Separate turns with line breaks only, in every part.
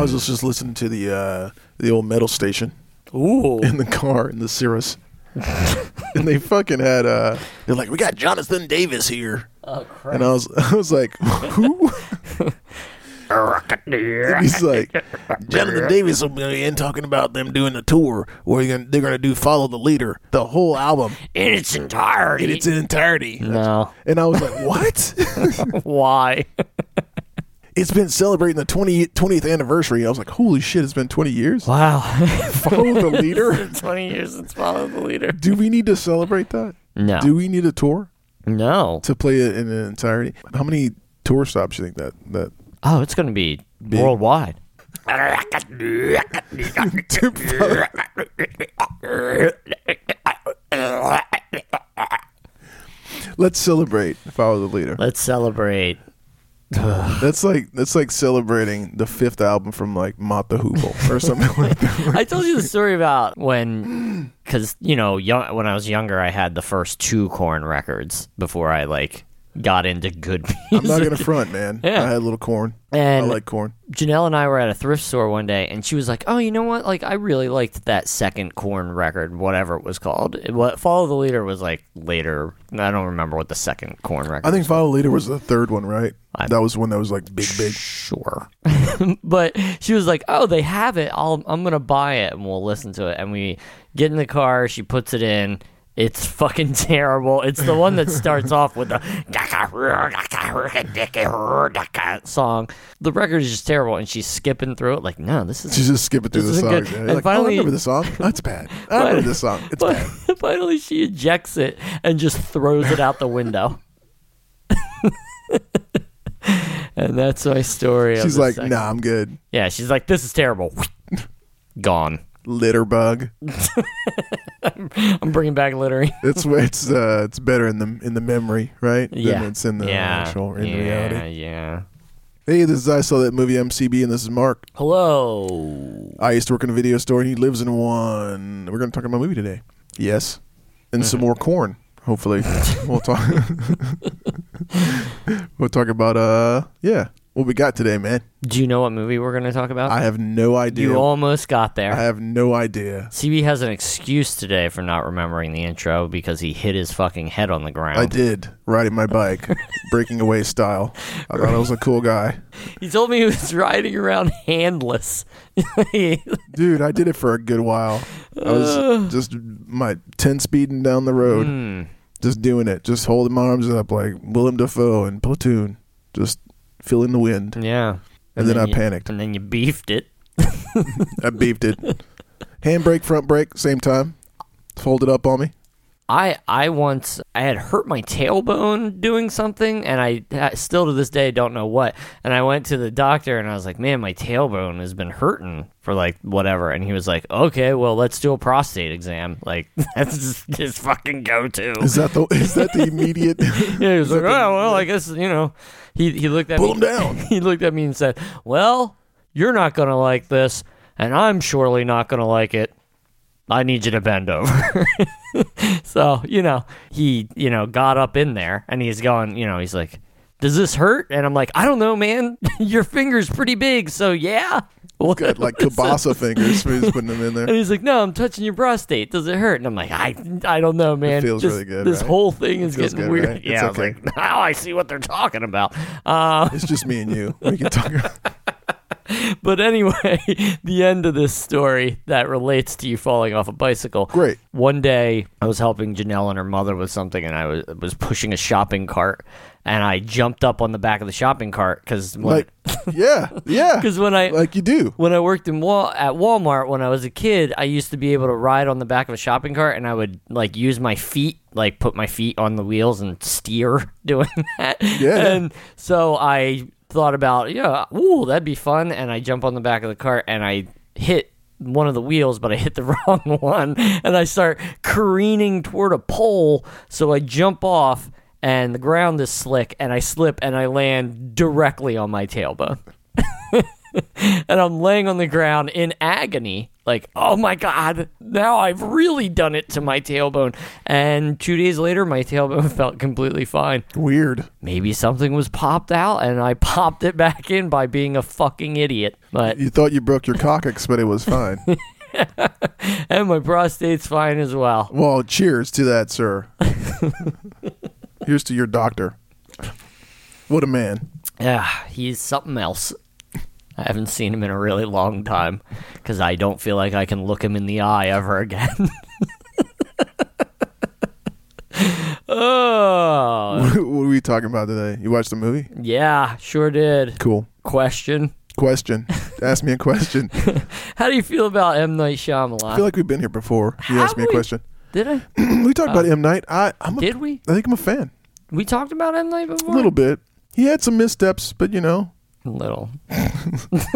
was just listening to the uh, the old metal station
Ooh.
in the car in the Cirrus, and they fucking had uh, they're like, we got Jonathan Davis here,
Oh, crap.
and I was I was like, who? And he's like, Jonathan Davis will be in talking about them doing a tour where you're gonna, they're going to do Follow the Leader, the whole album
In its entirety.
in its entirety.
no.
And I was like, what?
Why?
it's been celebrating the 20, 20th anniversary. I was like, holy shit, it's been 20 years.
Wow.
Follow the Leader?
20 years since Follow the Leader.
Do we need to celebrate that?
No.
Do we need a tour
no.
to play it in its entirety? How many tour stops do you think that, that
Oh, it's going to be worldwide.
Let's celebrate Follow the Leader.
Let's celebrate.
That's like that's like celebrating the fifth album from like Mata Hoople or something like that.
I told you the story about when, because you know, young, when I was younger, I had the first two corn records before I like got into good music.
I'm not gonna front, man.
Yeah.
I had a little corn.
And-
I like corn.
Janelle and I were at a thrift store one day, and she was like, "Oh, you know what? Like, I really liked that second corn record, whatever it was called. It, what Follow the Leader was like later. I don't remember what the second corn record.
I think Follow the Leader was the third one, right? that was one that was like big, big.
sure. but she was like, "Oh, they have it. I'll, I'm gonna buy it, and we'll listen to it." And we get in the car. She puts it in. It's fucking terrible. It's the one that starts off with the song. The record is just terrible, and she's skipping through it like, "No, this is."
You just skip it through
This
the
isn't
song.
good.
Yeah.
And
You're Like, oh, I
finally-
remember the song. That's bad. I remember this song. It's bad.
Finally, she ejects it and just throws it out the window. and that's my story. of
She's
the
like,
second-
nah, I'm good.
Yeah, she's like, this is terrible. Gone.
Litter bug.
I'm bringing back littering.
It's where it's uh, it's better in the in the memory, right?
yeah.
Than it's in the
yeah.
actual in
yeah,
reality.
Yeah.
Hey, this is I saw that movie MCB, and this is Mark.
Hello.
I used to work in a video store, and he lives in one. We're going to talk about a movie today. Yes, and some more corn. Hopefully, we'll talk. we'll talk about uh, yeah, what we got today, man.
Do you know what movie we're going to talk about?
I have no idea.
you almost got there.
I have no idea.
CB has an excuse today for not remembering the intro because he hit his fucking head on the ground.
I did riding my bike, breaking away style. I thought I was a cool guy,
He told me he was riding around handless.
dude. I did it for a good while. I was just my ten speeding down the road,
Mm. Hmm,
just doing it, just holding my arms up like Willem Dafoe and Platoon, just feeling the wind.
Yeah. And,
And then I
you-
panicked.
And then you beefed it.
I beefed it. Handbrake, front brake, same time. Folded up on me.
I I once I had hurt my tailbone doing something, and I, I still to this day don't know what. And I went to the doctor, and I was like, "Man, my tailbone has been hurting for like whatever." And he was like, "Okay, well, let's do a prostate exam. Like that's just his fucking go to."
Is that the is that the immediate?
Yeah, he was like, "Oh well, I guess you know." He he looked at
Pull
me.
him down.
he looked at me and said, "Well, you're not gonna like this, and I'm surely not gonna like it. I need you to bend over." so you know, he you know got up in there and he's going, you know, he's like, "Does this hurt?" And I'm like, "I don't know, man. Your finger's pretty big, so yeah." What-
Got like kibasa fingers. We're just putting them in
and
there.
he's like, "No, I'm touching your prostate. Does it hurt?" And I'm like, "I, I don't know, man.
feels
Just-
really good,
This
right?
whole thing is
feels
getting
good,
weird."
right? It's
Yeah, I was
okay.
like, "Now I see what they're talking about." Uh,
It's just me and you. We can talk. About,
but anyway, the end of this story that relates to you falling off a bicycle.
Great.
One day, I was helping Janelle and her mother with something, and I was, was pushing a shopping cart, and I jumped up on the back of the shopping cart because
like, yeah, yeah.
because when I
like you do.
when I worked in Wal- at Walmart when I was a kid, I used to be able to ride on the back of a shopping cart, and I would like use my feet, like put my feet on the wheels and steer doing that.
yeah.
And so I thought about, yeah, ooh, that'd be fun. And I jump on the back of the cart and I hit one of the wheels, but I hit the wrong one, and I start careening toward a pole. So I jump off. And the ground is slick, and I slip and I land directly on my tailbone and I'm laying on the ground in agony like, oh my God, now I've really done it to my tailbone. And two days later, my tailbone felt completely fine.
Weird.
Maybe something was popped out and I popped it back in by being a fucking idiot. But,
You thought you broke your coccyx, but it was fine.
and my prostate's fine as well.
Well, cheers to that, sir. Here's to your doctor. What a man.
Yeah, Ah, he's something else. I haven't seen him in a really long time because I don't feel like I can look him in the eye ever again. oh,
what were we talking about today? You watched the movie?
yeah, sure did.
Cool.
Question
Question. Ask me a question. I
How do you feel about M. Night Shyamalan?
feel like we've been here before. You asked me a
Have we?
question.
did I?
we talked about M. Night. I, I'm a,
Did we?
I think I'm a fan.
We talked about M. Night before?
A little bit. He had some missteps, but you know,
Little.
did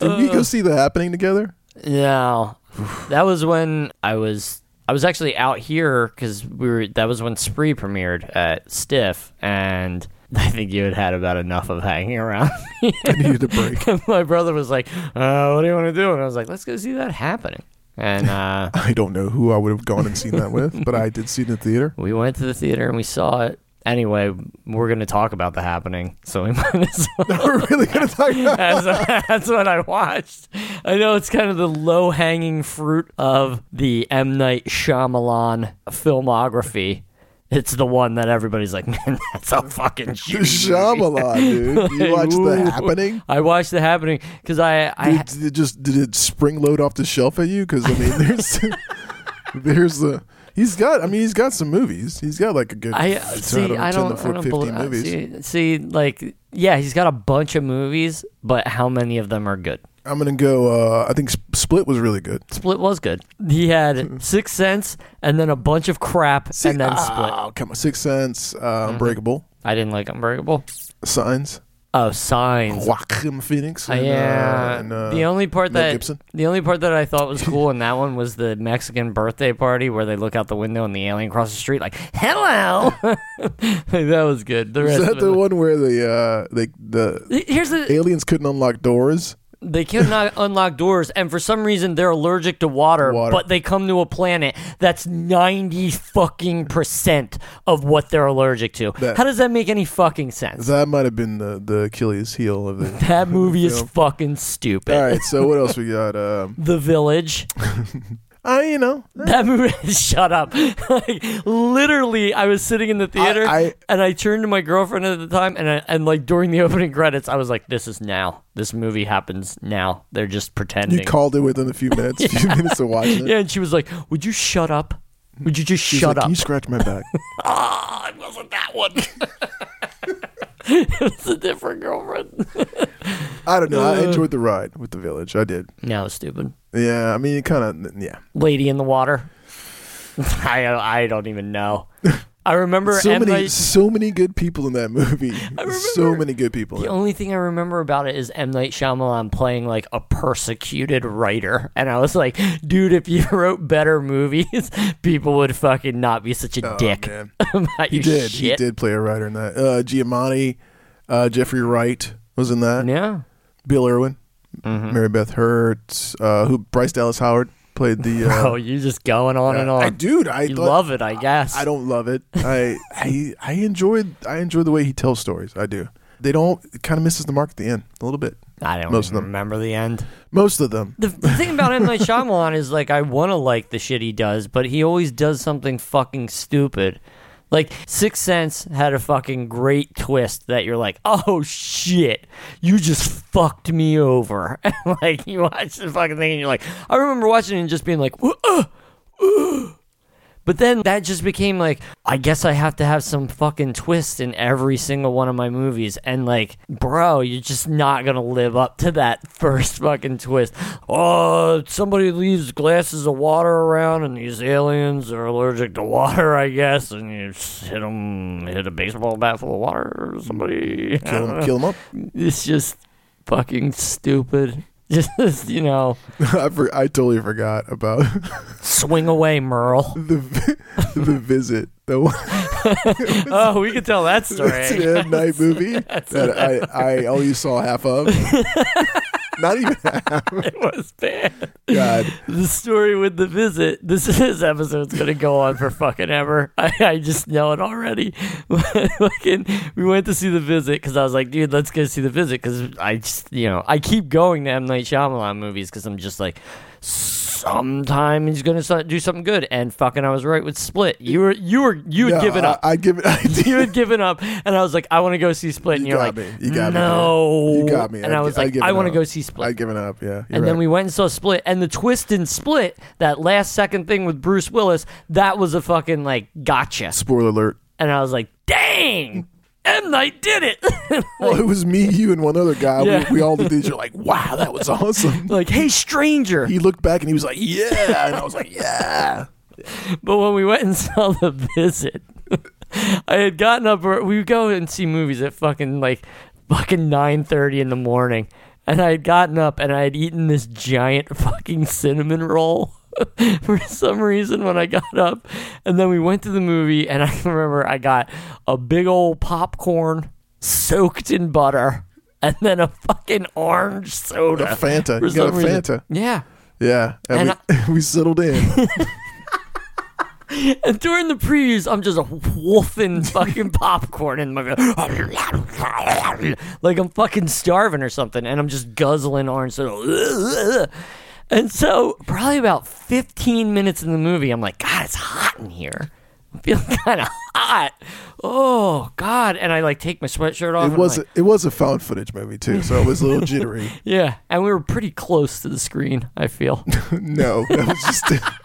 we go see the happening together?
No, that was when I was I was actually out here because we were. That was when Spree premiered at Stiff, and I think you had had about enough of hanging around.
I needed a break.
My brother was like, uh, "What do you want to do?" And I was like, "Let's go see that happening." And uh,
I don't know who I would have gone and seen that with, but I did see it in the theater.
we went to the theater and we saw it. Anyway, we're going to talk about the happening, so we might as well.
We're really gonna talk about
That's, that's what I watched. I know it's kind of the low hanging fruit of the M. Night Shyamalan filmography. It's the one that everybody's like, man, that's a fucking shitty movie."
Shyamalan, dude. You watched
Ooh.
the happening?
I watched The Happening because I, I
Did, did it just did it spring load off the shelf at you? Because I mean, there's there's the he's got. I mean, he's got some movies. He's got like a good.
I uh,
f-
see. I don't. I don't believe. See, see, like, yeah, he's got a bunch of movies, but how many of them are good?
I'm gonna go. Uh, I think S- Split was really good.
Split was good. He had Six Sense, and then a bunch of crap, and then Split.
Oh come on, Sixth Sense,
Mm-hmm.
uh, Unbreakable,
I didn't like Unbreakable.
Signs,
Oh, Signs.
Joaquin Phoenix.
Uh,
and, uh,
yeah.
and, uh,
the only part
Mel
that
Gibson?
the only part that I thought was cool in that one was the Mexican birthday party where they look out the window and the alien crosses the street like hello. that was good. The rest
is
of
that
it
the
was-
one where the uh, they the
Here's the
aliens couldn't unlock doors?
they cannot unlock doors and for some reason they're allergic to water,
Water.
but they come to a planet that's 90 fucking percent of what they're allergic to.
That-
How does that make any fucking sense?
That might have been the the Achilles heel of the.
That movie is
film.
fucking stupid.
All right, so what else we got? Um,
The Village.
I you know
That movie. Shut up! like literally, I was sitting in the theater
I-
and I turned to my girlfriend at the time, and I, and like during the opening credits, I was like, "This is now. This movie happens now. They're just pretending."
You called it within a few minutes, few minutes of watching it.
yeah, and she was like, "Would you shut up? Would you just
She's
shut
like,
up?"
Can you scratch my back?
Ah, it wasn't that one. it's a different girlfriend.
I don't know. I
Uh.
enjoyed the ride with the village. I did.
No, stupid
Yeah, I mean, it kind of. Yeah,
lady in the water. I I don't even know. I remember
so
M.
many,
Night-
so many good people in that movie. So many good people.
The only thing I remember about it is M. Night Shyamalan playing like a persecuted writer. And I was like, dude, if you wrote better movies, people would fucking not be such a
Oh,
dick
man.
about
He
your
did.
shit.
He did play a writer in that. Uh, Giamatti, uh, Jeffrey Wright was in that.
Yeah. Mm-hmm.
Bill Irwin, Mary Beth Hurt, uh, who Bryce Dallas Howard played the. Uh,
Oh, you're just going on and on.
I, dude, I
you
thought-
love it, I guess.
I don't love it. I I I enjoyed I enjoy the way he tells stories. I do. They don't it kind of misses the mark at the end a little bit.
I don't
most
even
of them.
remember the end.
Most of them.
The the thing about M. Night Shyamalan is like, I want to like the shit he does, but he always does something fucking stupid. Like, Sixth Sense had a fucking great twist that you're like, oh shit, you just fucked me over. And like, you watch the fucking thing and you're like, I remember watching it and just being like, "Wha- uh, uh." but then that just became like, I guess I have to have some fucking twist in every single one of my movies. And like, bro, you're just not going to live up to that first fucking twist. Oh, somebody leaves glasses of water around and these aliens are allergic to water, I guess. And you just hit them, hit a baseball bat full of water or somebody.
Kill them, kill them up.
It's just fucking stupid. Just, you know,
I, for, I totally forgot about
swing away, Merle.
the vi- the visit. The one
Oh, we could tell that
that's
story.
an M night movie that I, I only saw half of. Not even half.
It was bad.
God.
The story with the visit. This this episode's gonna go on for fucking ever. I, I just know it already. But fucking, we went to see the visit because I was like, dude, let's go see the visit because I just you know I keep going to M Night Shyamalan movies because I'm just like. Sometime he's gonna so- do something good, and fucking, I was right with Split. You were, you were, you had
No,
given up.
I, I give it. I did.
you had given up, and I was like, I want to go see Split. And
You
are
got
like,
me. You got me, man.
no,
You got me.
And I,
I'd-
was
I'd
like,
given
I want to
up.
go see Split.
I'd given up. Yeah.
and then we went and saw Split, and the twist in Split, that last second thing with Bruce Willis, that was a fucking like gotcha.
Spoiler alert.
And I was like, dang, M Night did it.
Well, Oh, it was me, you, and one other guy.
Yeah.
We, we all did these. You're like, wow, that was awesome.
like, hey, stranger.
He looked back and he was like, yeah. And I was like, yeah.
But when we went and saw the visit, I had gotten up. ear- We would go and see movies at fucking like fucking nine thirty in the morning, and I had gotten up and I had eaten this giant fucking cinnamon roll. For some reason, when I got up, and then we went to the movie, and I remember I got a big old popcorn soaked in butter, and then a fucking orange
A
soda.
Fanta.
For
You got a
some reason.
Fanta.
Yeah,
Yeah. And,
And
we, we settled in.
And during the previews, I'm just wolfing fucking popcorn in my like I'm fucking starving or something, and I'm just guzzling orange soda. And so, probably about 15 minutes in the movie, I'm like, God, it's hot in here. I'm feeling kind of hot. Oh God! And I like take my sweatshirt off.
It
and I'm
was,
like,
a, it was a found footage movie, too. So it was a little jittery.
yeah, and we were pretty close to the screen. I feel.
No, that was just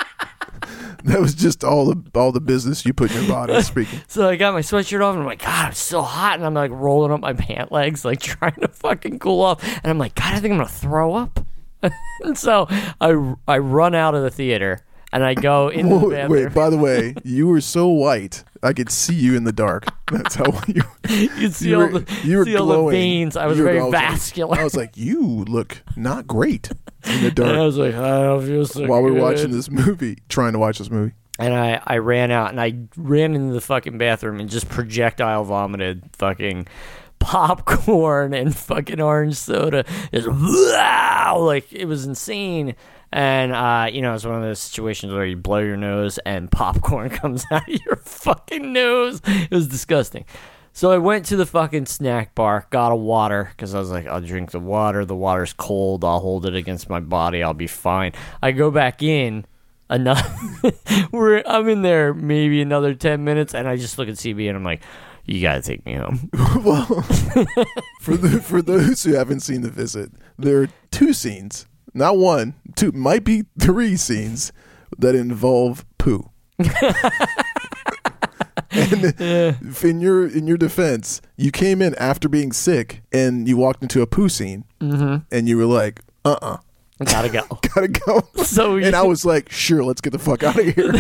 that was just all the all the business you put in your body. Speaking,
So I got my sweatshirt off, and I'm like, God, I'm so hot, and I'm like rolling up my pant legs, like trying to fucking cool off, and I'm like, God, I think I'm gonna throw up. and so I I run out of the theater, and I go into the
wait,
bathroom.
wait. By the way, you were so white, I could see you in the dark. That's how you.
you see
You
all
were,
the
you were
see all the
glowing.
veins. I was
You were-
very
I was like-
vascular.
I was like, you look not great in
and
the
I
dark
was like, I don't feel so
while we
good.
we're watching this movie, trying to watch this movie.
And I, I ran out and I ran into the fucking bathroom and just projectile vomited fucking popcorn and fucking orange soda. Just wow, like it was insane. And uh, you know, it's one of those situations where you blow your nose and popcorn comes out of your fucking nose. It was disgusting. So I went to the fucking snack bar, got a water because I was like, I'll drink the water. The water's cold. I'll hold it against my body. I'll be fine. I go back in another we're I'm in there maybe another ten minutes and I just look at CB and I'm like, You gotta take me home.
well, for the, for those who haven't seen the visit, there are two scenes, not one, two, might be three scenes that involve poo. and in your in your defense, you came in after being sick and you walked into a poo scene,
Mm-hmm.
and you were like, "Uh, uh
I gotta go.
gotta go."
So we-
and I was like, "Sure, let's get the fuck out of here."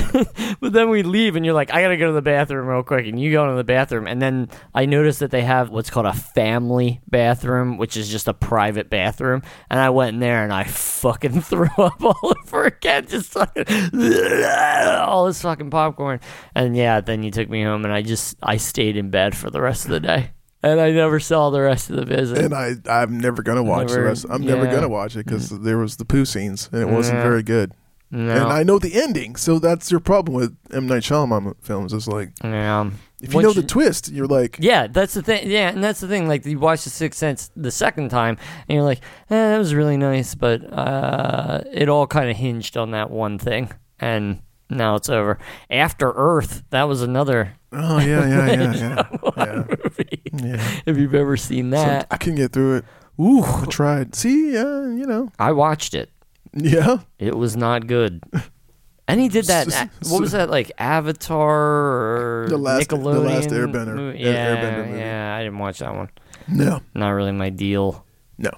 but then we leave and you're like, I gotta go to the bathroom real quick and you go into the bathroom and then I notice that they have what's called a family bathroom, which is just a private bathroom. And I went in there and I fucking threw up all over again, just fucking all this fucking popcorn. And yeah, then you took me home and I just I stayed in bed for the rest of the day. And I never saw the rest of the visit.
and I I'm never gonna watch
Never-
the rest. I'm never
yeah. Mm-hmm.
gonna watch it because there was the poo scenes and it wasn't
Yeah.
very good.
No.
And I know the ending, so that's your problem with M Night Shyamalan films. Is like
Yeah.
if
Once
you know the twist, you're like,
yeah, that's the thing. Yeah, and that's the thing. Like you watch The Sixth Sense the second time, and you're like, eh, "That was really nice," but uh, it all kind of hinged on that one thing, and now it's over. After Earth, that was another
oh yeah, yeah, yeah, yeah, yeah.
movie.
yeah.
if you've ever seen
So
that,
I can get through it. I
ooh,
tried. See, yeah, you know,
I watched it.
yeah.
It was not good. And he did that.
S-
What was that like? Avatar or
The last- the
Nickelodeon?
last Airbender.
movie?
Air-
Yeah,
Airbender movie.
yeah. I didn't watch that one.
No,
Not really my deal.
no.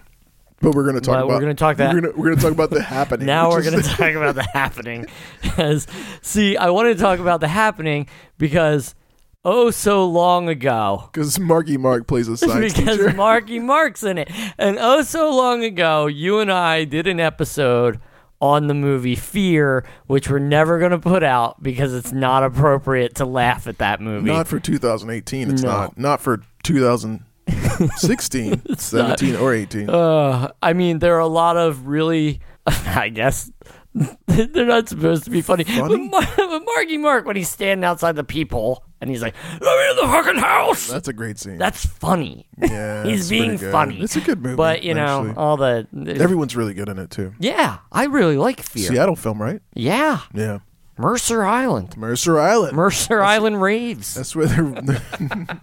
But we're gonna talk
But
about.
we're gonna talk that-
We're gonna, we're gonna talk about the happening.
Now we're
which is
going to
the-
talk about the happening. 'Cause- see, I wanted to talk about the happening because oh, so long ago,
Because Marky Mark plays a science
because
teacher.
Marky Mark's in it. And oh, so long ago, you and I did an episode on the movie Fear, which we're never going to put out because it's not appropriate to laugh at that movie.
Not for 2018. It's
No.
not. Not for 2000. 16, 17, or 18.
Uh, I mean, there are a lot of really, I guess, they're not supposed to be funny.
Funny?
But, Mar- but Marky Mark, when he's standing outside the people and he's like, I'm in the fucking house.
That's a great scene.
That's funny.
yeah,
he's
it's pretty
being
good.
funny.
It's a good movie.
But, you know,
actually.
all the.
everyone's really good in it too.
yeah, I really like Fear.
Seattle film, right?
yeah,
Yeah,
Mercer Island.
Mercer Island.
Mercer Island raves.
That's where they're,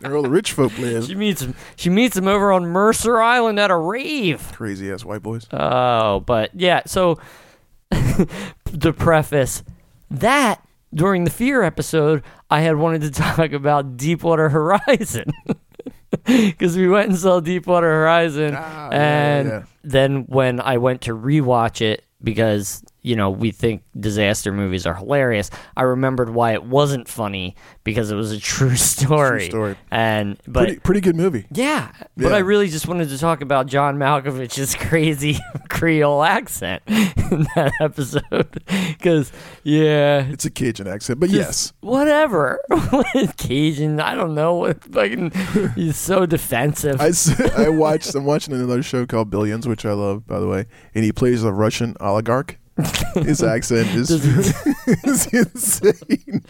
they're all the rich folk live.
She meets him. She meets him over on Mercer Island at a rave.
Crazy ass white boys.
Oh, but yeah. So the preface that during the Fear episode, I had wanted to talk about Deepwater Horizon because we went and saw Deepwater Horizon,
Ah, yeah,
and
yeah.
then when I went to rewatch it because you know we think disaster movies are hilarious, I remembered why it wasn't funny because it was a true story.
story.
And but
Pretty, pretty good movie.
yeah, but
Yeah.
I really just wanted to talk about John Malkovich's crazy Creole accent in that episode because yeah,
It's a Cajun accent, but yes,
whatever Cajun, I don't know what fucking he's so defensive.
I, s- I watched. I'm watching another show called Billions, which I love, by the way. And he plays a Russian oligarch. His accent is, is insane.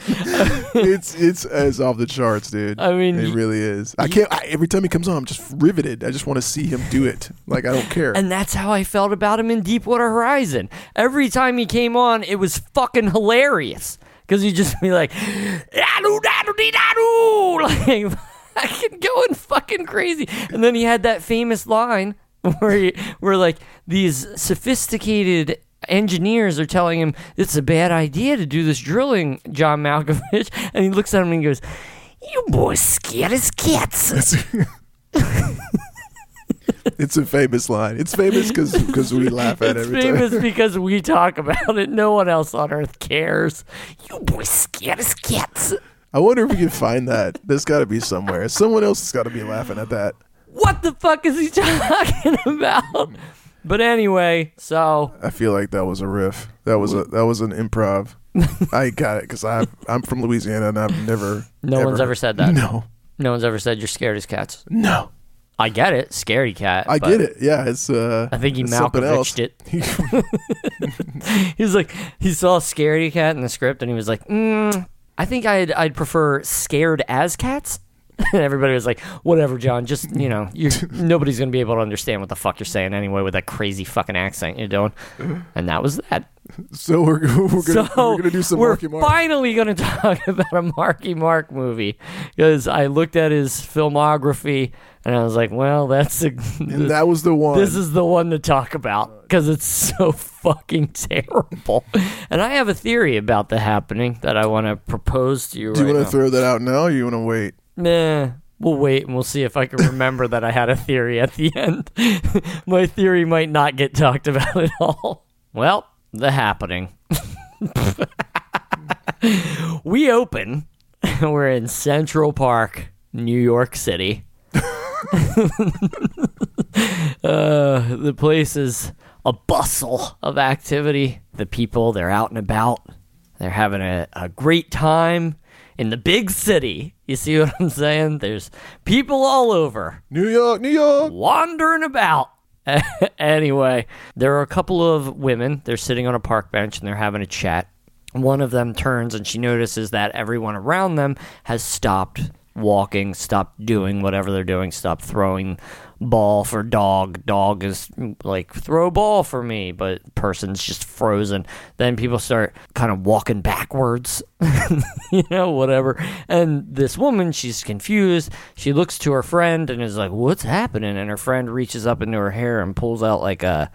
it's it's as off the charts, dude.
I mean,
it
y-
really is. I can't. I, every time he comes on, I'm just riveted. I just want to see him do it. Like I don't care.
and that's how I felt about him in Deepwater Horizon. Every time he came on, it was fucking hilarious because he'd just be like, "Da-do, da-do, dee, da-do," like fucking going fucking crazy. And then he had that famous line where he, where like these sophisticated engineers are telling him it's a bad idea to do this drilling, John Malkovich, and he looks at him and he goes, "You boys scared as cats."
it's a famous line. It's famous because we laugh at it
It's
every time.
famous because we talk about it. No one else on earth cares. You boys scared as cats.
I wonder if we can find that. There's got to be somewhere. Someone else has got to be laughing at that.
What the fuck is he talking about? But anyway, so
I feel like that was a riff. That was a that was an improv. I got it because I I'm from Louisiana and I've never.
No one's ever said that.
No,
no one's ever said you're scared as cats.
no.
I get it, scary cat.
I
but
get it. Yeah, it's. uh
I think he
it's something else.
Malkoviched it. He was like, he saw scary cat in the script, and he was like, mm, I think I'd I'd prefer scared as cats. And everybody was like, "Whatever, John. Just you know, you're, nobody's gonna be able to understand what the fuck you're saying anyway with that crazy fucking accent you're doing." And that was that.
so we're Uh-huh. we're gonna,
so
we're gonna do some
we're
Marky Mark.
finally gonna talk about a Marky Mark movie because I looked at his filmography and I was like, "Well, that's a,
and that was the one.
this is the one to talk about because it's so fucking terrible. And I have a theory about the happening that I want to propose to you
do you
right now.
want to throw that out now? or You want to wait?
nah, we'll wait and we'll see if I can remember that I had a theory at the end. My theory might not get talked about at all. Well, the happening. we open. We're in Central Park, New York City. Uh, the place is a bustle of activity. The people, they're out and about. They're having a, a great time in the big city. You see what I'm saying? There's people all over
New York, New York.
wandering about. anyway, there are a couple of women. They're sitting on a park bench and they're having a chat. One of them turns and she notices that everyone around them has stopped walking, stopped doing whatever they're doing, stopped throwing ball for dog. Dog is like, throw ball for me, but person's just frozen. Then people start kind of walking backwards you know, whatever. And this woman, she's confused. She looks to her friend and is like, "What's happening?" And her friend reaches up into her hair and pulls out like a,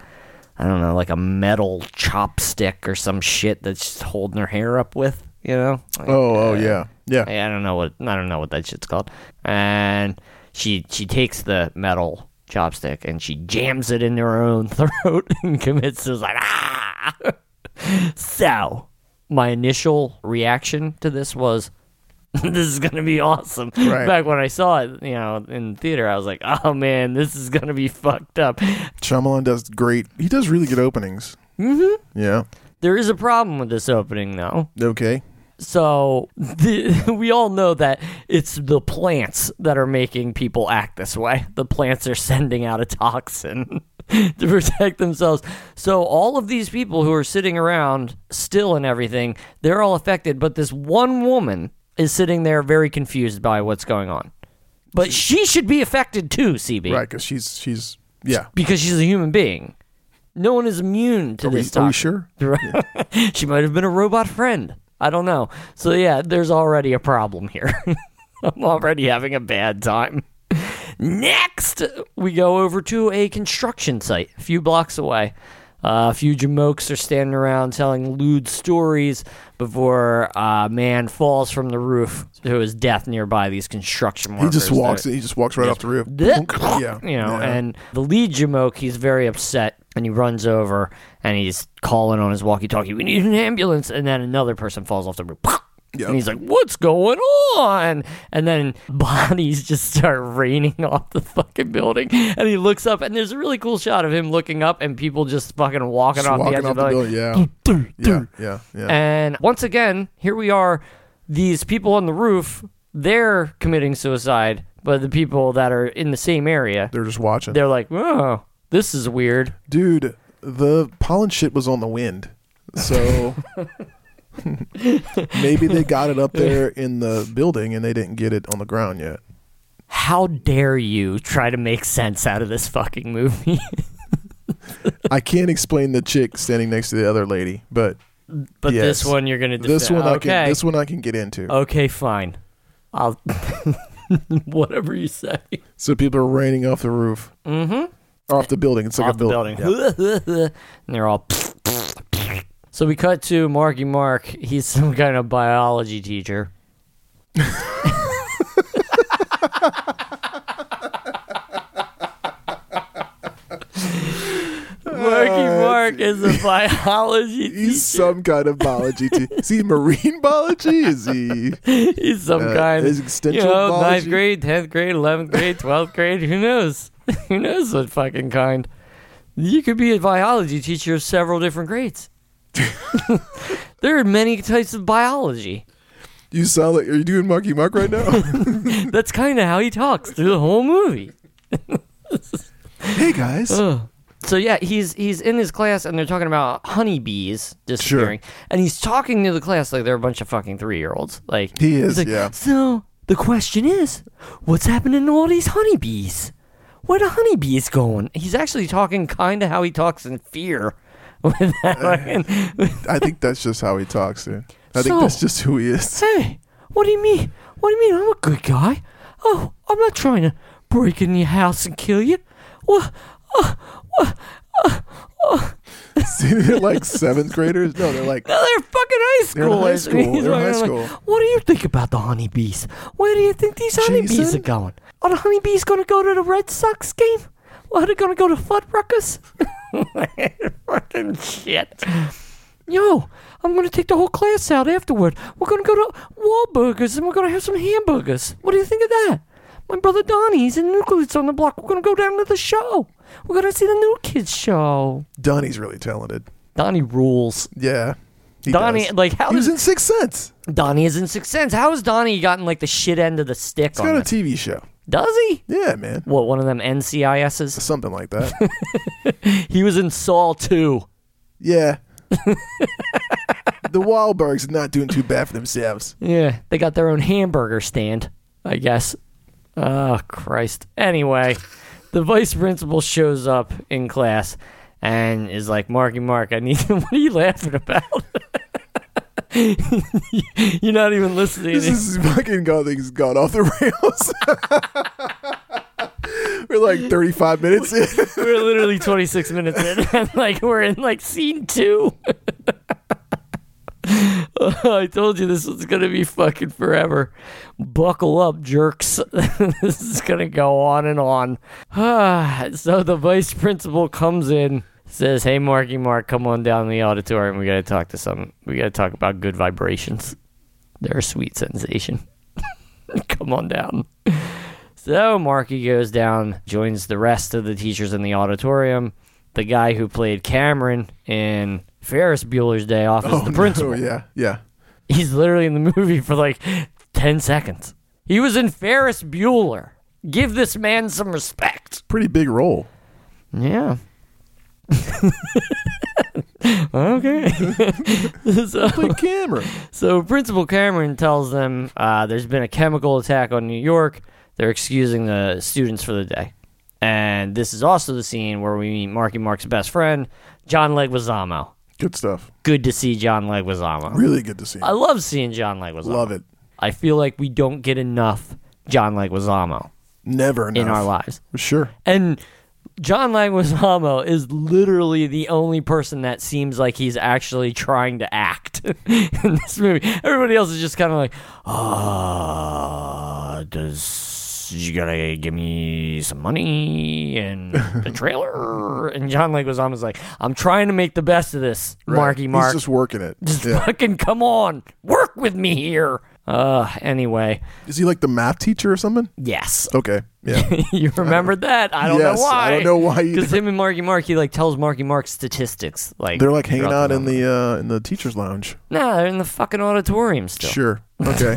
I don't know, like a metal chopstick or some shit that's just holding her hair up with. You know,
Oh, oh yeah, yeah.
I I don't know what I don't know what that shit's called. And she she takes the metal chopstick and she jams it in her own throat and commits suicide. Ah! so my initial reaction to this was this is gonna be awesome.
Right.
Back when I saw it, you know, in theater, I was like, "Oh man, this is gonna be fucked up."
Shyamalan does great. He does really good openings. Mm-hmm. Yeah.
There is a problem with this opening, though.
Okay.
So the, we all know that it's the plants that are making people act this way. The plants are sending out a toxin to protect themselves. So all of these people who are sitting around still and everything, they're all affected. But this one woman is sitting there very confused by what's going on. But she should be affected too, CB,
Right, because she's she's yeah.
because she's a human being. No one is immune to
Are we,
this
are we
toxin.
sure?
Right. she might have been a robot friend. I don't know. So yeah, there's already a problem here. I'm already having a bad time. Next, we go over to a construction site a few blocks away. Uh, a few jamokes are standing around telling lewd stories before a man falls from the roof to his death nearby these construction
He
workers.
just walks.
that-
He just walks right off the roof.
Blech.
yeah,
you know,
yeah.
and the lead Jamoke, he's very upset and he runs over and he's calling on his walkie talkie, We need an ambulance. And then another person falls off the roof.
Yep.
And he's like, What's going on? And then bodies just start raining off the fucking building. And he looks up and there's a really cool shot of him looking up and people just fucking walking
Just
off the edge
walking
of
off
the
the
building.
building.
Doo,
Yeah,
doo,
yeah, yeah, yeah.
and once again, here we are, these people on the roof, they're committing suicide, but the people that are in the same area,
They're just watching,
they're like, whoa, this is weird.
dude. The pollen shit was on the wind, so maybe they got it up there in the building and they didn't get it on the ground yet.
How dare you try to make sense out of this fucking movie?
I can't explain the chick standing next to the other lady, but
but this
Yes.
one you're going to
this one I
okay.
can this one I can get into.
okay, fine. I'll. Whatever you say.
So people are raining off the roof, mm-hmm. off the building. It's like
off
a
the
building.
building. and they're all. so we cut to Marky Mark. He's some kind of biology teacher. Marky Mark is a biology
Yeah. Uh, He's
teacher.
some kind of biology. T- is he marine biology? Is he?
He's some
uh,
kind of
is
you
extension
know, ninth
biology?
grade, tenth grade, eleventh grade, twelfth grade. Who knows? who knows what fucking kind? You could be a biology teacher of several different grades. there are many types of biology.
You sound like are you doing Marky Mark right now?
That's kind of how he talks through the whole movie.
hey guys,
Ugh. So yeah, he's he's in his class and they're talking about honeybees disappearing, and he's talking to the class like they're a bunch of fucking three year olds. Like
He
he's
is,
like,
yeah.
So the question is, what's happening to all these honeybees? Where the honeybees going? He's actually talking kind of how he talks in fear. With that, fucking-
I think that's just how he talks, dude. I think
So-
that's just who he is.
Hey, what do you mean? What do you mean? I'm a good guy. Oh, I'm not trying to break in your house and kill you. What?
See, they're like seventh graders. No, they're like
No, they're fucking high
They're in
school.
high school. They're in high school.
what do you think about the honeybees? Where do you think these honeybees
Jason?
are going? Are the honeybees going to go to the Red Sox game? Are they going to go to Fuddruckers? fucking shit. Yo, I'm going to take the whole class out afterward. We're going to go to Wahlburgers and we're going to have some hamburgers. What do you think of that? My brother Donnie's in Nucleus on the block. We're going to go down to the show. We're going to see the new kids show.
Donnie's really talented.
Donnie rules.
Yeah, he
Donnie,
does.
like, how
he
does
was in Sixth Sense.
Donnie is in Sixth Sense. How has Donnie gotten like the shit end of the stick
He's got
on
a
this?
TV show.
Does he?
Yeah, man,
What, one of them NCISs?
something like that.
He was in Saw 2.
Yeah. the Wahlbergs are not doing too bad for themselves.
Yeah, they got their own hamburger stand, I guess. Oh, Christ. Anyway, the vice principal shows up in class and is like, Marky Mark, I need What are you laughing about? You're not even listening.
This is fucking God things gone off the rails. We're like 35 minutes in.
we're literally 26 minutes in and like we're in like scene two i told you this was gonna be fucking forever buckle up jerks this is gonna go on and on so the vice principal comes in says hey marky mark come on down to the auditorium we gotta talk to some we gotta talk about good vibrations they're a sweet sensation come on down so Marky goes down, joins the rest of the teachers in the auditorium. The
Oh,
guy who played Cameron in Ferris Bueller's Day Off is the principal.
No, yeah, yeah.
He's literally in the movie for like 10 seconds. He was in Ferris Bueller. Give this man some respect.
Pretty big role.
Yeah. okay. so,
Play Cameron.
so Principal Cameron tells them uh, there's been a chemical attack on New York. They're excusing the students for the day. And this is also the scene where we meet Marky Mark's best friend, John Leguizamo.
Good stuff.
Good to see John Leguizamo.
Really good to see.
I
Him.
love seeing John Leguizamo.
Love it.
I feel like we don't get enough John Leguizamo
Never
in
enough.
our lives.
Sure.
And John Leguizamo is literally the only person that seems like he's actually trying to act in this movie. Everybody else is just kind of like, ah, does you gotta give me some money and the trailer? and John Leguizamo's like, I'm trying to make the best of this,
Right.
Marky Mark.
He's just working it.
Just
Yeah.
fucking come on, work with me here. Uh, anyway,
Is he like the math teacher or something?
yes,
Okay. Yeah.
you remembered that. I don't
Yes,
know why.
I don't know why either.
Because him and Marky Mark, he like tells Marky Mark statistics. Like
They're like hanging
throughout
out in the uh in the teachers lounge.
No, they're in the fucking auditorium still.
Sure. Okay.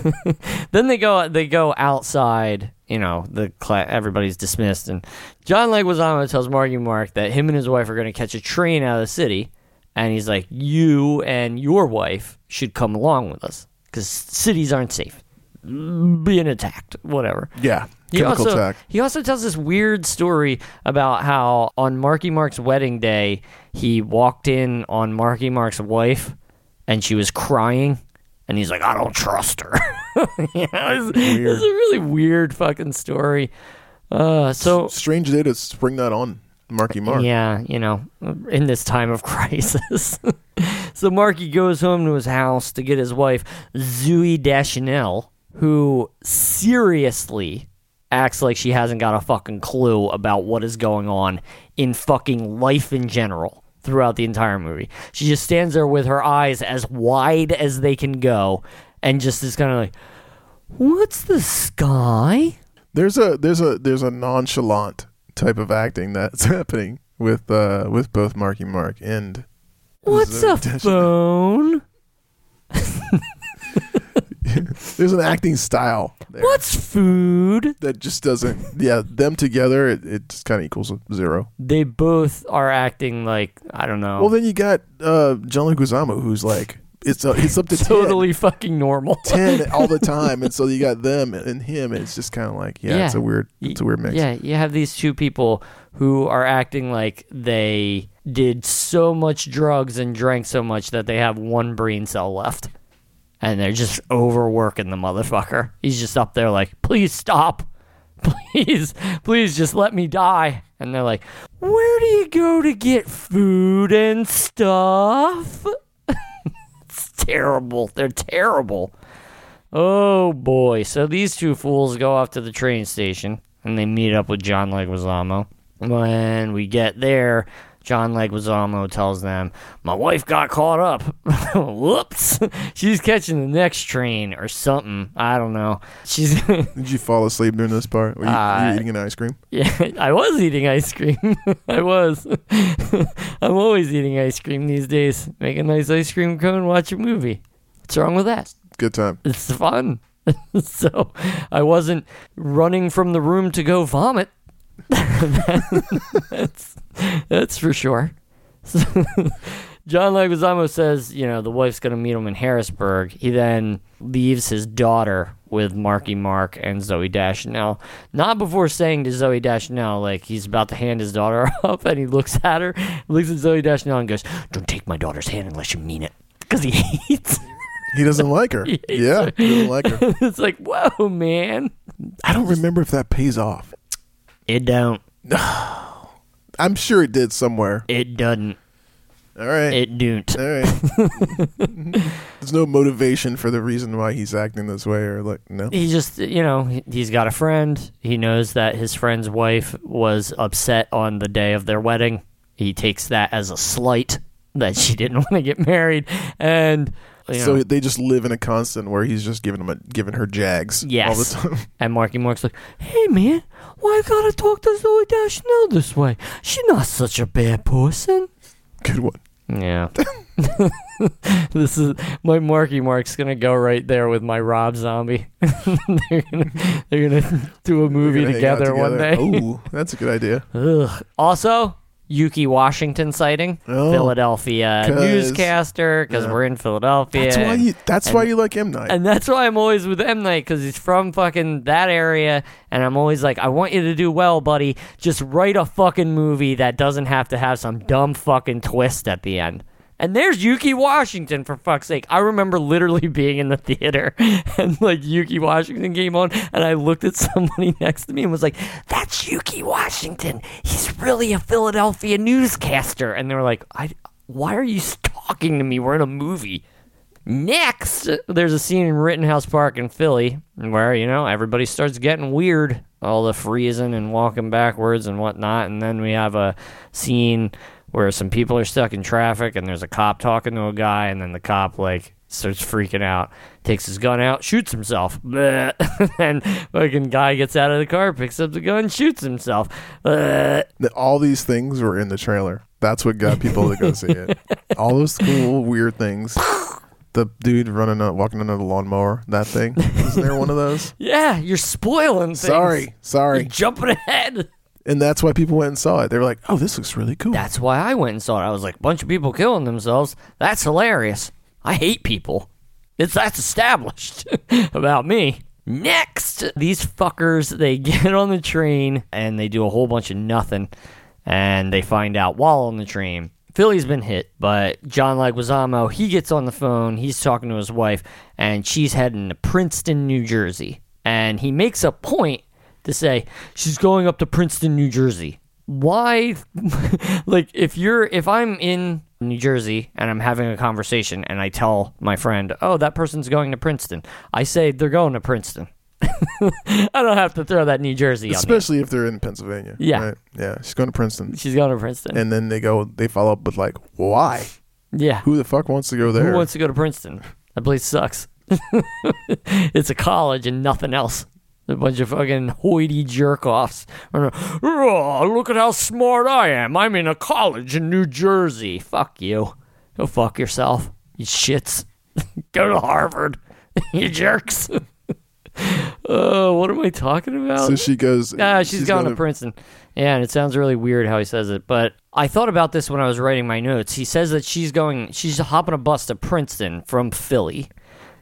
Then they go they go outside. You know the cla everybody's dismissed, and John Leguizamo tells Marky Mark that him and his wife are going to catch a train out of the city, and he's like, "You and your wife should come along with us because cities aren't safe, being attacked, whatever."
yeah.
He
Chemical
also,
attack.
He also tells this weird story about how on Marky Mark's wedding day, he walked in on Marky Mark's wife and she was crying. And he's like, I don't trust her. you know, it's, it's a really weird fucking story. Uh, so,
Strange day to spring that on Marky Mark.
yeah, you know, in this time of crisis. so Marky goes home to his house to get his wife, Zoe Deschanel, who seriously acts like she hasn't got a fucking clue about what is going on in fucking life in general throughout the entire movie. She just stands there with her eyes as wide as they can go and just is kind of like, what's the sky?
There's a there's a there's a nonchalant type of acting that's happening with uh with both Marky Mark and
What's
Zoe
a
Deschanel.
phone?
there's an acting style there
What's food?
that just doesn't yeah, them together it, it just kinda equals zero.
they both are acting like I don't know,
Well then you got uh John Leguizamo who's like it's uh, it's up to
totally fucking normal.
10, 10 all the time and so you got them and him and it's just kind of like yeah,
Yeah.
it's a weird it's a weird mix.
Yeah, you have these two people who are acting like they did so much drugs and drank so much that they have one brain cell left, and they're just overworking the motherfucker. He's just up there like, please stop. Please, please just let me die. And they're like, Where do you go to get food and stuff? it's terrible. They're terrible. Oh boy. So these two fools go off to the train station and they meet up with John Leguizamo. When we get there, John Leguizamo tells them, My wife got caught up. Whoops. She's catching the next train or something. I don't know. She's
Did you fall asleep during this part? Were you,
Uh,
you eating an ice cream?
Yeah, I was eating ice cream. I was. I'm always eating ice cream these days. Make a nice ice cream cone, watch a movie. What's wrong with that?
Good time.
It's fun. so I wasn't running from the room to go vomit. that's that's for sure. So, John Leguizamo says, you know, the wife's going to meet him in Harrisburg. He then leaves his daughter with Marky Mark and Zoe Dashnell. Not before saying to Zoe Dashnell, like, he's about to hand his daughter up, and he looks at her, looks at Zoe Dashnell, and goes, Don't take my daughter's hand unless you mean it. Because he hates her.
He doesn't like her. yeah, he doesn't like her.
it's like, whoa, man.
I don't remember if that pays off.
It don't.
I'm sure it did somewhere.
It doesn't.
All right.
It don't.
All right. There's no motivation for the reason why he's acting this way or like no.
He just, you know, he- he's got a friend. He knows that his friend's wife was upset on the day of their wedding. He takes that as a slight that she didn't want to get married, and you
So
know,
they just live in a constant where he's just giving him a, giving her jags
Yes.
all the time.
and Marky Mark's like, "Hey man, why I gotta talk to Zoe Dashnell this way? She not such a bad person."
Good one.
Yeah. this is my Marky Mark's gonna go right there with my Rob Zombie. they're, gonna, they're gonna do a movie
We're gonna hang out
together, one day.
Ooh, that's a good idea.
Ugh. Also, Yuki Washington sighting,
Oh.
Philadelphia
'Cause-
newscaster, because
yeah.
we're in Philadelphia.
That's why you. That's why you like M Night.
and that's why I'm always with M Night because he's from fucking that area, and I'm always like, I want you to do well, buddy. Just write a fucking movie that doesn't have to have some dumb fucking twist at the end. And there's Yuki Washington for fuck's sake. I remember literally being in the theater and like Yuki Washington came on, and I looked at somebody next to me and was like, "That's Yuki Washington. He's really a Philadelphia newscaster." And they were like, "I, why are you talking to me? We're in a movie." Next, there's a scene in Rittenhouse Park in Philly where, you know, everybody starts getting weird. All the freezing and walking backwards and whatnot. And then we have a scene where some people are stuck in traffic and there's a cop talking to a guy. And then the cop, like, starts freaking out, takes his gun out, shoots himself. Bleh. and fucking guy gets out of the car, picks up the gun, shoots himself. Bleh.
That all these things were in the trailer. That's what got people to go see it. All those cool, weird things. The dude running, up, walking under the lawnmower. That thing. Isn't there one of those?
Yeah, you're spoiling things.
Sorry,
You're
sorry.
jumping ahead.
And that's why people went and saw it. They were like, "Oh, this looks really cool."
That's why I went and saw it. I was like, bunch of people killing themselves. That's hilarious. I hate people. It's that's established about me. Next, these fuckers they get on the train and they do a whole bunch of nothing, and they find out while on the train. Philly's been hit, but John Leguizamo he gets on the phone. He's talking to his wife, and she's heading to Princeton, New Jersey, and he makes a point to say she's going up to Princeton, New Jersey. Why, like, if you're if I'm in New Jersey and I'm having a conversation and I tell my friend, oh, that person's going to Princeton, I say they're going to Princeton. I don't have to throw that New Jersey on. you.
Especially if they're in Pennsylvania.
Yeah.
Right? Yeah. She's going to Princeton.
She's going to Princeton.
And then they go, they follow up with, like, why?
yeah.
Who the fuck wants to go there?
Who wants to go to Princeton? That place sucks. it's a college and nothing else. A bunch of fucking hoity jerk offs. Oh, look at how smart I am. I'm in a college in New Jersey. Fuck you. Go fuck yourself. You shits. go to Harvard. you jerks. uh, what am I talking about?
so she goes,
Ah, she's, going to
gonna-
Princeton. Yeah, and it sounds really weird how he says it, but I thought about this when I was writing my notes. He says that she's going, she's hopping a bus to Princeton from Philly.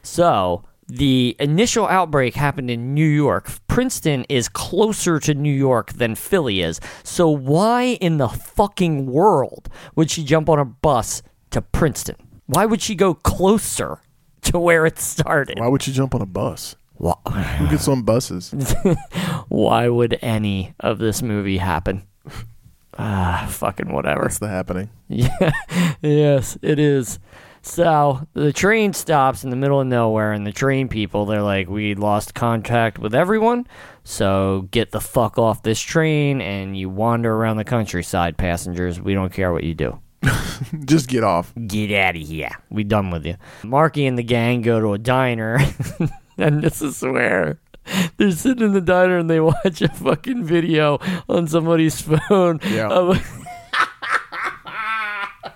So the initial outbreak happened in New York. Princeton is closer to New York than Philly is. So why in the fucking world would she jump on a bus to Princeton? Why would she go closer to where it started?
Why would she jump on a bus?
Wha-
Who gets on buses?
why would any of this movie happen? Ah, fucking whatever.
That's the happening.
Yeah, yes, it is. So the train stops in the middle of nowhere, and the train people, they're like, we lost contact with everyone, so get the fuck off this train and you wander around the countryside, passengers. We don't care what you do
Just get off.
get out of here. We done with you. Marky and the gang go to a diner, and this is where they're sitting in the diner and they watch a fucking video on somebody's phone
Yeah.
of a,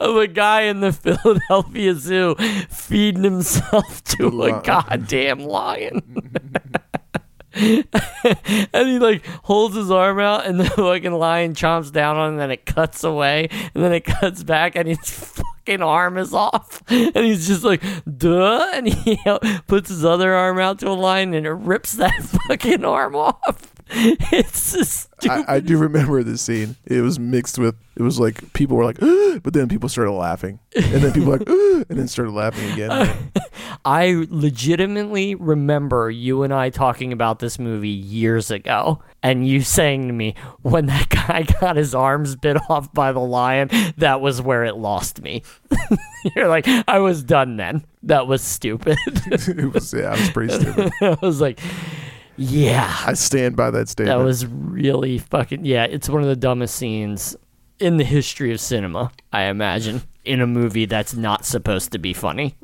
of a guy in the Philadelphia Zoo feeding himself to a
Lion.
goddamn lion and he like holds his arm out and the fucking lion chomps down on him and then it cuts away and then it cuts back and his fucking arm is off and he's just like duh and he puts his other arm out to a lion and it rips that fucking arm off it's just stupid
I, I do remember this scene. It was mixed with. It was like people were like, but then people started laughing, and then people were like, and then started laughing again.
I legitimately remember you and I talking about this movie years ago, and you saying to me, when that guy got his arms bit off by the lion, that was where it lost me. You're like, I was done then. That was stupid.
it was yeah, it was pretty stupid.
I was like, yeah,
I stand by that
that
statement.
was really fucking, yeah, it's one of the dumbest scenes in the history of cinema, I imagine, in a movie that's not supposed to be funny.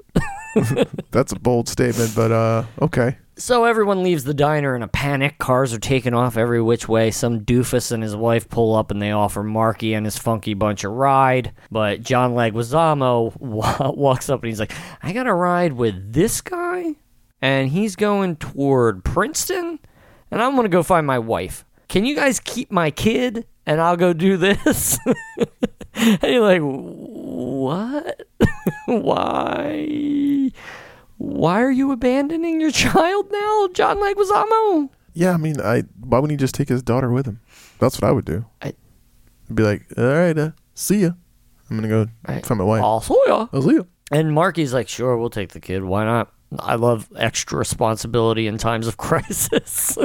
That's a bold statement, but uh, okay.
So everyone leaves the diner in a panic. Cars are taken off every which way. Some doofus and his wife pull up and they offer Marky and his funky bunch a ride. But John Leguizamo wa- walks up and he's like, I got a ride with this guy, and he's going toward Princeton, and I'm going to go find my wife. Can you guys keep my kid? And I'll go do this. and you're like, what? Why? why are you abandoning your child now, John Leguizamo?
Yeah, I mean, I why wouldn't he just take his daughter with him? That's what I would do.
I-
I'd be like, all right, uh, see ya. I'm gonna go
I-
find my wife. Oh,
I'll see ya.
I'll see ya.
And Marky's like, sure, we'll take the kid. Why not? I love extra responsibility in times of crisis.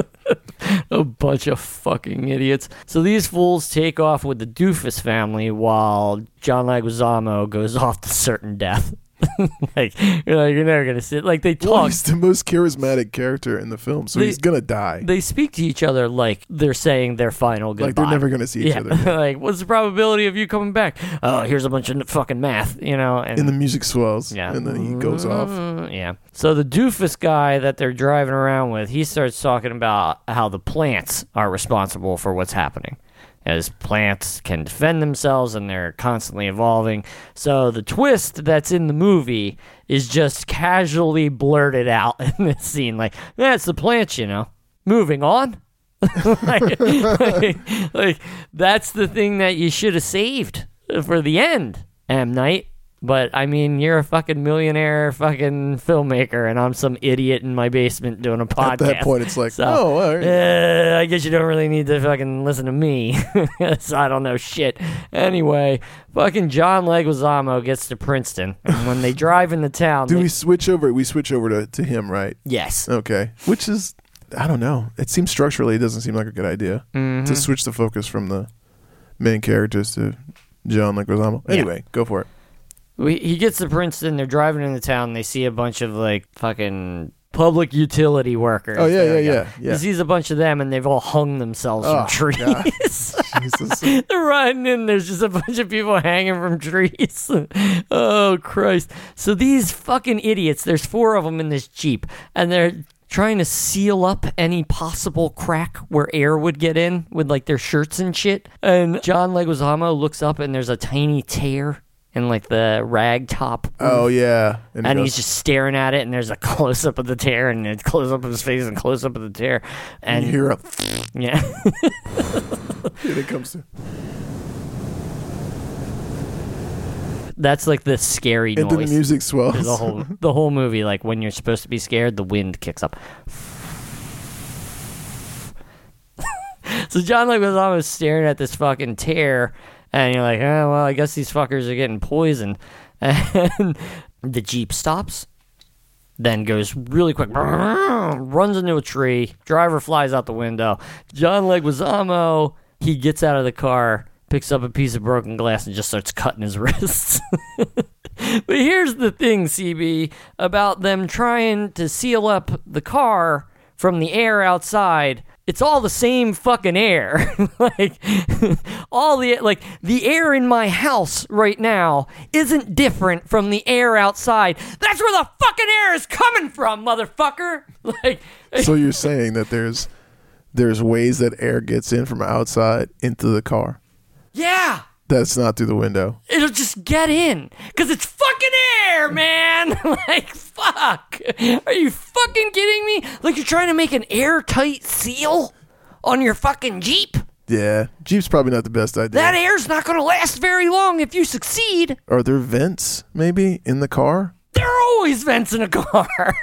a bunch of fucking idiots. So these fools take off with the doofus family while John Leguizamo goes off to certain death. like, you're like, you're never going to sit. Like, they talk.
Well, he's the most charismatic character in the film, so
They-
he's gonna die.
they speak to each other like they're saying their final goodbye.
like they're never gonna see each
yeah.
other.
like, what's the probability of you coming back? Oh, here's a bunch of n- fucking math, you know? And,
And the music swells.
yeah.
And then he goes off.
Mm, Yeah. So the doofus guy that they're driving around with, he starts talking about how the plants are responsible for what's happening. As plants can defend themselves and they're constantly evolving. So the twist that's in the movie is just casually blurted out in this scene. Like, that's the plants, you know. Moving on. like, like, like, that's the thing that you should have saved for the end, M Night. But I mean, you're a fucking millionaire, fucking filmmaker, and I'm some idiot in my basement doing a podcast.
At that point, it's like,
So,
oh, all right.
uh, I guess you don't really need to fucking listen to me. 'Cause I don't know shit. Anyway, fucking John Leguizamo gets to Princeton, and when they drive in the town,
Do
they-
we switch over? We switch over to, to him, right?
yes,
Okay. Which is, I don't know. It seems structurally, it doesn't seem like a good idea
Mm-hmm.
to switch the focus from the main characters to John Leguizamo.
Yeah.
Anyway, go for it.
We, he gets to Princeton. They're driving into town. And they see a bunch of like fucking public utility workers.
Oh, yeah,
There we
yeah,
go.
yeah, yeah.
He sees a bunch of them, and they've all hung themselves
Oh,
from trees.
Jesus.
They're riding in. There's just a bunch of people hanging from trees. oh Christ! So these fucking idiots. There's four of them in this jeep, and they're trying to seal up any possible crack where air would get in with like their shirts and shit. And John Leguizamo looks up, and there's a tiny tear in like the rag top.
Oh, yeah. he
And
goes,
he's just staring at it, and there's a close up of the tear, and a close up of his face, and close up of the tear,
and
and
you hear a,
yeah.
and it comes to,
That's like the scary
and then the
noise.
music swells.
the whole the whole movie. Like when you're supposed to be scared, the wind kicks up. so John Leguizamo is staring at this fucking tear, and you're like, oh well, I guess these fuckers are getting poisoned. And the jeep stops, then goes really quick, runs into a tree. Driver flies out the window. John Leguizamo, he gets out of the car, picks up a piece of broken glass, and just starts cutting his wrists. but here's the thing, CB, about them trying to seal up the car from the air outside. It's all the same fucking air. like all the like the air in my house right now isn't different from the air outside. That's where the fucking air is coming from, motherfucker. Like
so you're saying that there's there's ways that air gets in from outside into the car.
yeah.
That's not through the window.
it'll just get in because it's fucking air, man. like, fuck. Are you fucking kidding me? Like, you're trying to make an airtight seal on your fucking Jeep?
Yeah, Jeep's probably not the best idea.
That air's not going to last very long if you succeed.
Are there vents maybe in the car?
There are always vents in a car.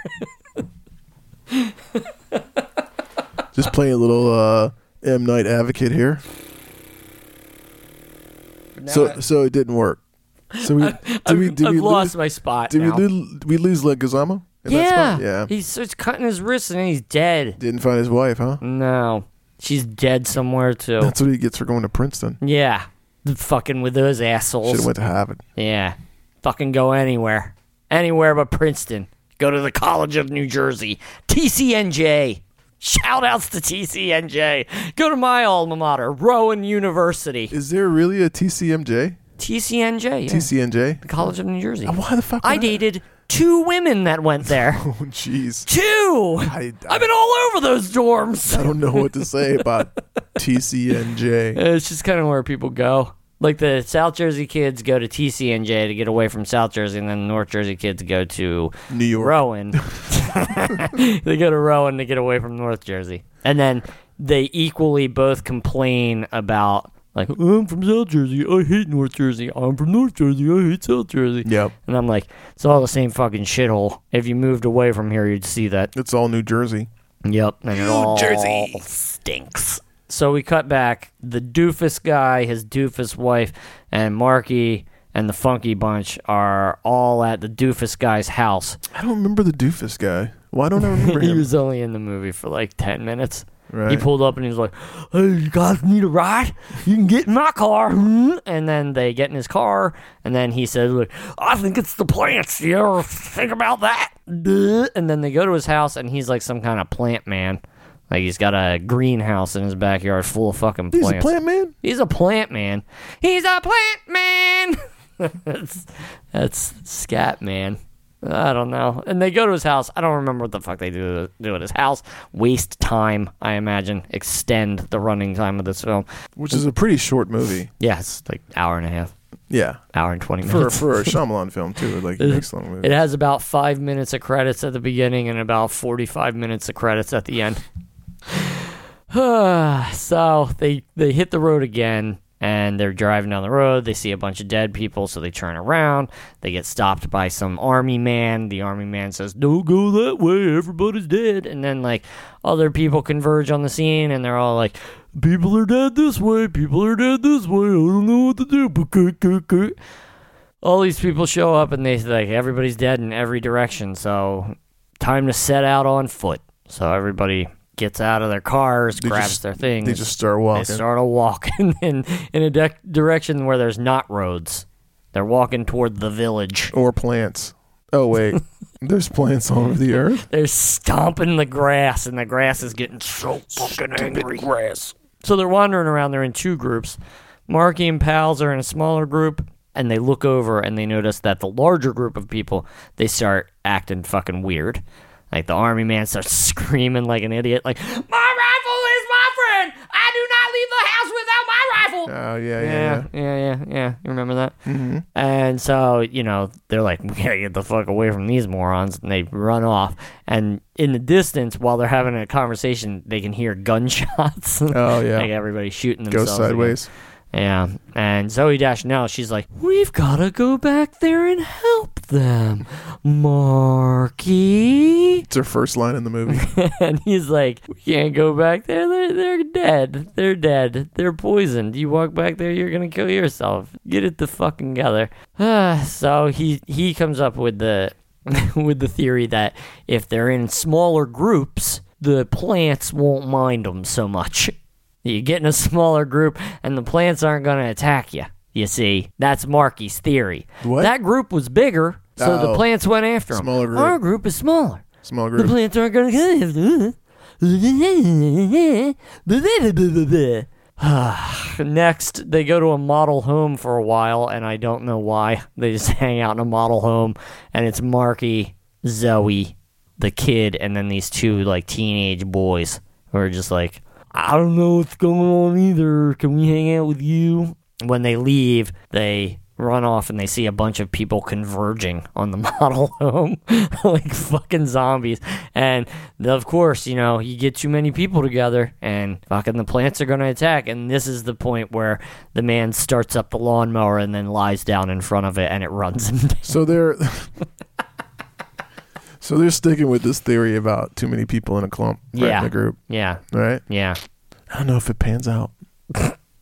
Just playing a little uh, M Night Advocate here. so so it didn't work. So we did we did
I've
we
lost
lose
my spot.
did we
now.
lose, we lose Leguizamo? in that
yeah.
spot? yeah.
He starts cutting his wrists and then he's dead.
didn't find his wife, huh?
Mm-hmm. No. She's dead somewhere, too.
That's what he gets for going to Princeton.
yeah. Fucking with those assholes.
Should have went to Harvard.
Yeah. Fucking go anywhere. Anywhere but Princeton. Go to the College of New Jersey. TCNJ. Shout outs to TCNJ. Go to my alma mater, Rowan University.
Is there really a TCMJ?
TCNJ. Yeah.
TCNJ?
the College of New Jersey.
Why the fuck?
I
would
dated two women that went there.
Oh, jeez.
two.
I, I,
I've been all over those dorms.
I don't know what to say about TCNJ.
It's just kind of where people go. Like the South Jersey kids go to TCNJ to get away from South Jersey, and then North Jersey kids go to
New York.
Rowan. they go to Rowan to get away from North Jersey. And then they equally both complain about, like, I'm from South Jersey. I hate North Jersey. I'm from North Jersey. I hate South Jersey.
Yep.
And I'm like, it's all the same fucking shithole. If you moved away from here, you'd see that.
It's all New Jersey.
Yep, and it all stinks. So we cut back. The doofus guy, his doofus wife, and Marky and the funky bunch are all at the doofus guy's house.
I don't remember the doofus guy. Why don't I remember
He
him?
was only in the movie for like 10 minutes. He
Right.
pulled up and he was like, Hey, you guys need a ride? You can get in my car. hmm?" And then they get in his car, and then he says, like, I think it's the plants. You ever think about that? Duh. And then they go to his house, and he's like some kind of plant man. Like he's got a greenhouse in his backyard full of fucking
He's
plants.
a plant man.
He's a plant man. He's a plant man. that's, that's scat man. I don't know. And they go to his house. I don't remember what the fuck they do do at his house. Waste time, I imagine. Extend the running time of this film.
Which is a pretty short movie.
Yeah, it's like hour and a half,
Yeah.
hour and twenty
For
minutes.
for a Shyamalan film too, like an excellent movie.
it has about five minutes of credits at the beginning and about forty-five minutes of credits at the end. so they they hit the road again and they're driving down the road they see a bunch of dead people so they turn around they get stopped by some army man the army man says don't go that way everybody's dead and then like other people converge on the scene and they're all like people are dead this way people are dead this way i don't know what to do all these people show up and they like everybody's dead in every direction so time to set out on foot so everybody gets out of their cars
They
grabs
just-
their things
They just start walking.
they start a walk in, in, in a dec direction where there's not roads. They're walking toward the village.
or plants. Oh wait, there's plants all over the earth.
They're stomping the grass, and the grass is getting so fucking angry. Grass. So they're wandering around. They're in two groups. Marky and pals are in a smaller group, and they look over and they notice that the larger group of people they start acting fucking weird. Like the army man starts screaming like an idiot, like "My rifle is my friend. I do not leave the house without my rifle."
Oh yeah, yeah,
yeah,
yeah.
yeah, yeah, yeah. You remember that? Mm-hmm. And so, you know, they're like, we gotta get the fuck away from these morons. And they run off. And in the distance, while they're having a conversation, they can hear gunshots.
Oh yeah.
like everybody's shooting
Go
themselves. again.
sideways.
Yeah. And Zoe Dashnell, she's like, we've gotta go back there and help them, Marky.
It's her first line in the movie.
and he's like, "We can't go back there. They're they're dead. They're dead. They're poisoned. You walk back there, you're gonna kill yourself. Get it the fucking together." so he he comes up with the with the theory that if they're in smaller groups, the plants won't mind them so much. You get in a smaller group, and the plants aren't gonna attack you. You see, that's Marky's theory.
What?
That group was bigger, so the
Oh.
plants went after him.
Smaller group.
Our group is smaller.
Small
The
group.
plants aren't gonna come. Next, they go to a model home for a while, and I don't know why. They just hang out in a model home, and it's Marky, Zoe, the kid, and then these two like teenage boys who are just like, I don't know what's going on either. Can we hang out with you? When they leave, they run off and they see a bunch of people converging on the model home like fucking zombies and the- of course you know you get too many people together and fucking the plants are going to attack and this is the point where the man starts up the lawnmower and then lies down in front of it and it runs him down.
So they're So they're sticking with this theory about too many people in a clump, right,
Yeah.
in a group,
yeah
right?
yeah
I don't know if it pans out.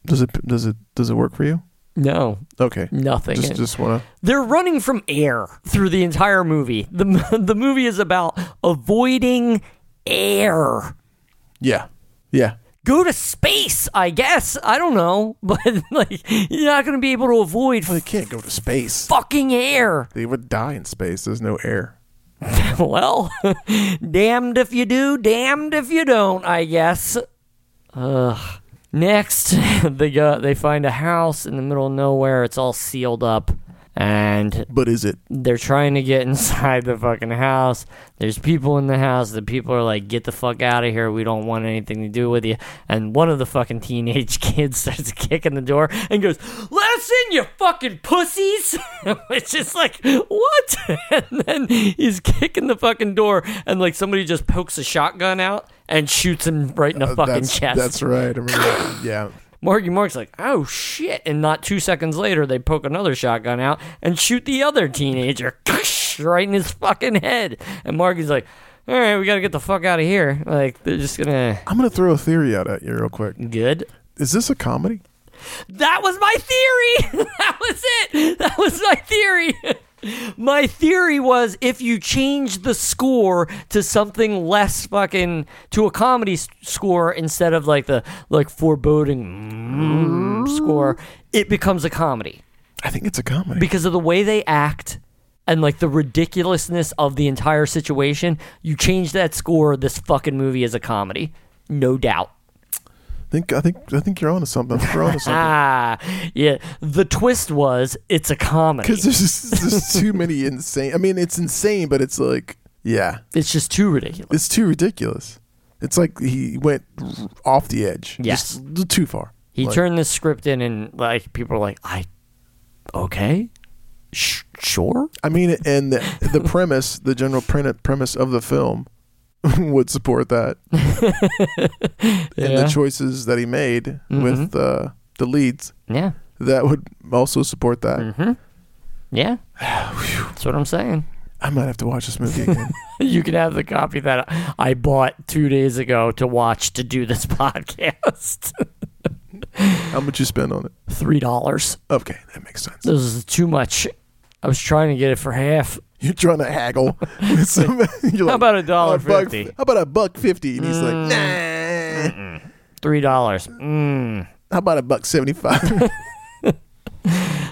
does it does it does it work for you?
no
Okay.
nothing
Just just want to
they're running from air through the entire movie the the movie is about avoiding air
Yeah. Yeah.
go to space, I guess. I don't know, but like you're not going to be able to avoid
Well, they can't go to space.
fucking air.
They would die in space. There's no air.
well, damned if you do, damned if you don't, I guess. Ugh. Next, they go they find a house in the middle of nowhere. It's all sealed up. and
But is it?
they're trying to get inside the fucking house. There's people in the house. The people are like, "Get the fuck out of here. We don't want anything to do with you." And one of the fucking teenage kids starts kicking the door and goes, "Let us in, you fucking pussies!" Which is like, what? and then he's kicking the fucking door, and like somebody just pokes a shotgun out and shoots him right in the
Uh,
fucking
that's,
chest.
That's right. I remember that. Yeah.
Marky Mark's like, oh shit. And not two seconds later, they poke another shotgun out and shoot the other teenager right in his fucking head. And Marky's like, all right, we gotta get the fuck out of here. Like, they're just gonna.
I'm gonna throw a theory out at you real quick.
Good.
Is this a comedy?
That was my theory. that was it. That was my theory. my theory was if you change the score to something less fucking to a comedy s- score instead of like the like foreboding mm, score, it becomes a comedy
I think it's a comedy.
because of the way they act and like the ridiculousness of the entire situation. You change that score, this fucking movie is a comedy, no doubt.
think I think I think you're onto something. I think We're onto something.
Ah, yeah. The twist was it's a comedy.
Because there's just, there's just too many insane. I mean, it's insane, but it's like, yeah,
It's just too ridiculous.
it's too ridiculous. It's like he went r- off the edge.
Yes.
Just l- too far.
He
Like,
turned this script in, and like people are like, "I, okay, Sh- sure."
I mean, and the, the premise, the general pre- premise of the film, would support that. And the
Yeah.
choices that he made with uh, the leads
Yeah, Mm-hmm.
that would also support that.
yeah. That's what I'm saying.
I might have to watch this movie again.
You can have the copy that I bought two days ago to watch to do this podcast.
How much you spend on it?
Three dollars.
Okay, that makes sense.
This is too much. I was trying to get it for half.
You're trying to haggle. with some- you're like,
about a dollar
buck-
fifty?"
How about a buck fifty? And he's like, nah.
Three dollars. Mm.
How about a buck seventy five?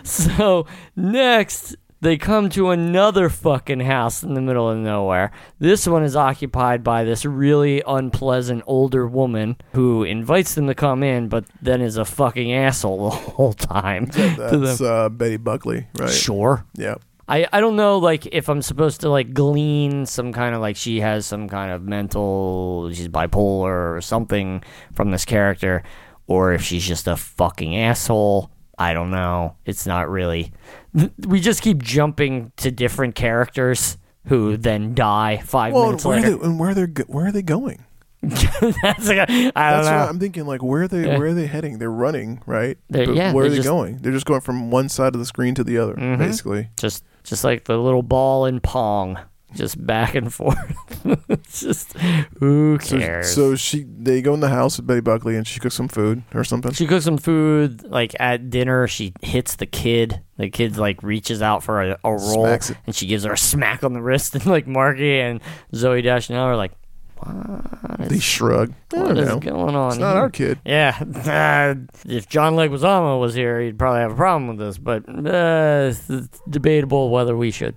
So next, they come to another fucking house in the middle of nowhere. This one is occupied by this really unpleasant older woman who invites them to come in, but then is a fucking asshole the whole time. to them.
That's uh, Betty Buckley, right?
Sure.
Yeah.
I, I don't know like if I'm supposed to like glean some kind of like she has some kind of mental she's bipolar or something from this character or if she's just a fucking asshole. I don't know. It's not really th- we just keep jumping to different characters who then die 5
Well, and
minutes
where, are they,
later.
and where they're go- where are they going?
That's like a, I don't
That's what
know.
I'm thinking. Like, where are they
Yeah.
where are they heading? They're running, right?
They're-
But
yeah,
where are
they're
they
just- Mm-hmm.
going? They're just going from one side of the screen to the other, basically.
Just just like the little ball in pong just back and forth. it's just who
So,
cares?
so she they go in the house with Betty Buckley and she cooks some food or something.
She cooks some food. Like at dinner, she hits the kid. The kid like reaches out for a, a roll,
Smacks it.
and she gives her a smack on the wrist. And like Marky and Zoe Deschanel are like,
they shrug. I
"What
don't
is
know.
going on?"
It's not
here?
our kid.
Yeah, uh, if John Leguizamo was here, he'd probably have a problem with this, but uh, it's debatable whether we should.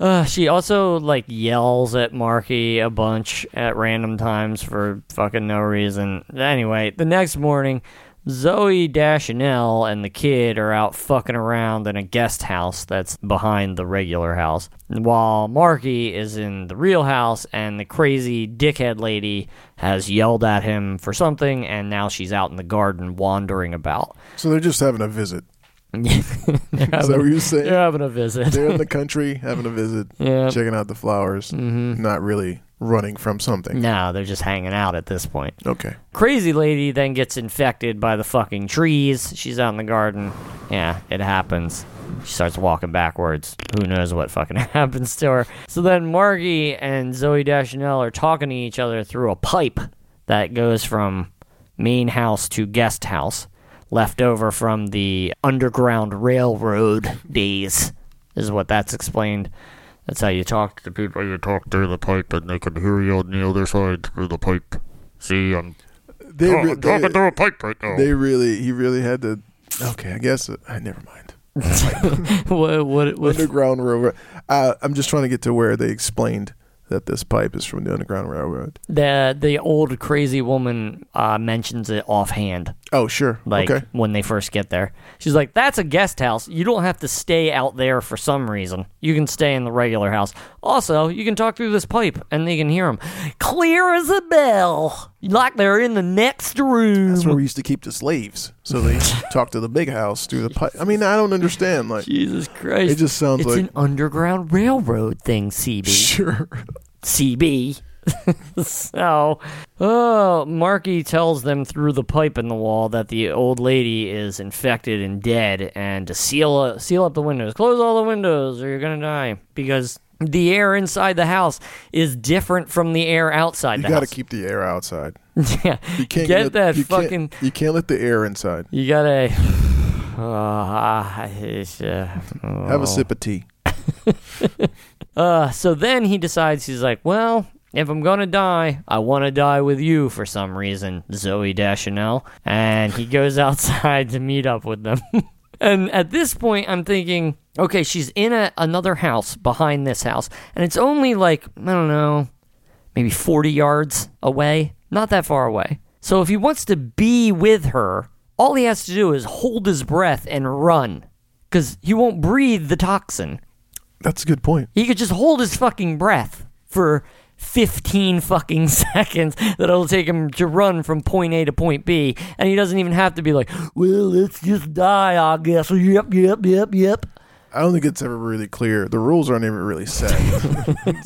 Uh, she also like yells at Marky a bunch at random times for fucking no reason. Anyway, the next morning, Zoe Dashanel and the kid are out fucking around in a guest house that's behind the regular house, while Marky is in the real house and the crazy dickhead lady has yelled at him for something, and now she's out in the garden wandering about.
So they're just having a visit.
they're,
Is that what
having,
you're saying?
they're having a visit.
They're in the country having a visit,
Yeah.
checking out the flowers, not really running from something.
Mm-hmm. No, they're just hanging out at this point.
Okay.
Crazy lady then gets infected by the fucking trees. She's out in the garden. Yeah, it happens. She starts walking backwards. Who knows what fucking happens to her? So then Margie and Zoe Deschanel are talking to each other through a pipe that goes from main house to guest house, left over from the Underground Railroad days, is what that's explained. That's how you talk to people.
you talk through the pipe and they can hear you on the other side through the pipe. See, I'm
They,
oh,
re-
I'm talking
they,
through a pipe right now.
they really, he really had to. Okay, I guess. I never mind.
what, what, what,
Underground Rover. Uh, I'm just trying to get to where they explained that this pipe is from the Underground Railroad.
The the old crazy woman uh, mentions it offhand,
Oh, sure.
like
okay.
when they first get there. She's like, "That's a guest house. You don't have to stay out there for some reason. You can stay in the regular house. Also, you can talk through this pipe, and they can hear them clear as a bell, like they're in the next room."
That's where we used to keep the slaves. So they talk to the big house through the pipe. I mean, I don't understand. Like,
Jesus Christ!
It just sounds
it's
like-
an underground railroad thing, CB.
sure.
CB. so, oh, Marky tells them through the pipe in the wall that the old lady is infected and dead, and to seal up, seal up the windows, close all the windows, or you're gonna die because the air inside the house is different from the air outside
You
the
got to
house.
keep the air outside.
yeah,
You can't
Get
let-
that
you can't-
fucking-
you can't let the air inside.
you gotta. Uh, it's, uh,
Have a sip of tea.
Uh, so then he decides he's like, well, if I'm gonna die, I want to die with you for some reason, Zoe Deschanel, and he goes outside to meet up with them. and at this point, I'm thinking, okay, she's in a, another house behind this house, and it's only like I don't know, maybe 40 yards away, not that far away. So if he wants to be with her, all he has to do is hold his breath and run, because he won't breathe the toxin.
That's a good point.
He could just hold his fucking breath for 15 fucking seconds that it'll take him to run from point A to point B. And he doesn't even have to be like, well, let's just die, I guess. Yep, yep, yep, yep.
I don't think it's ever really clear. The rules aren't even really set,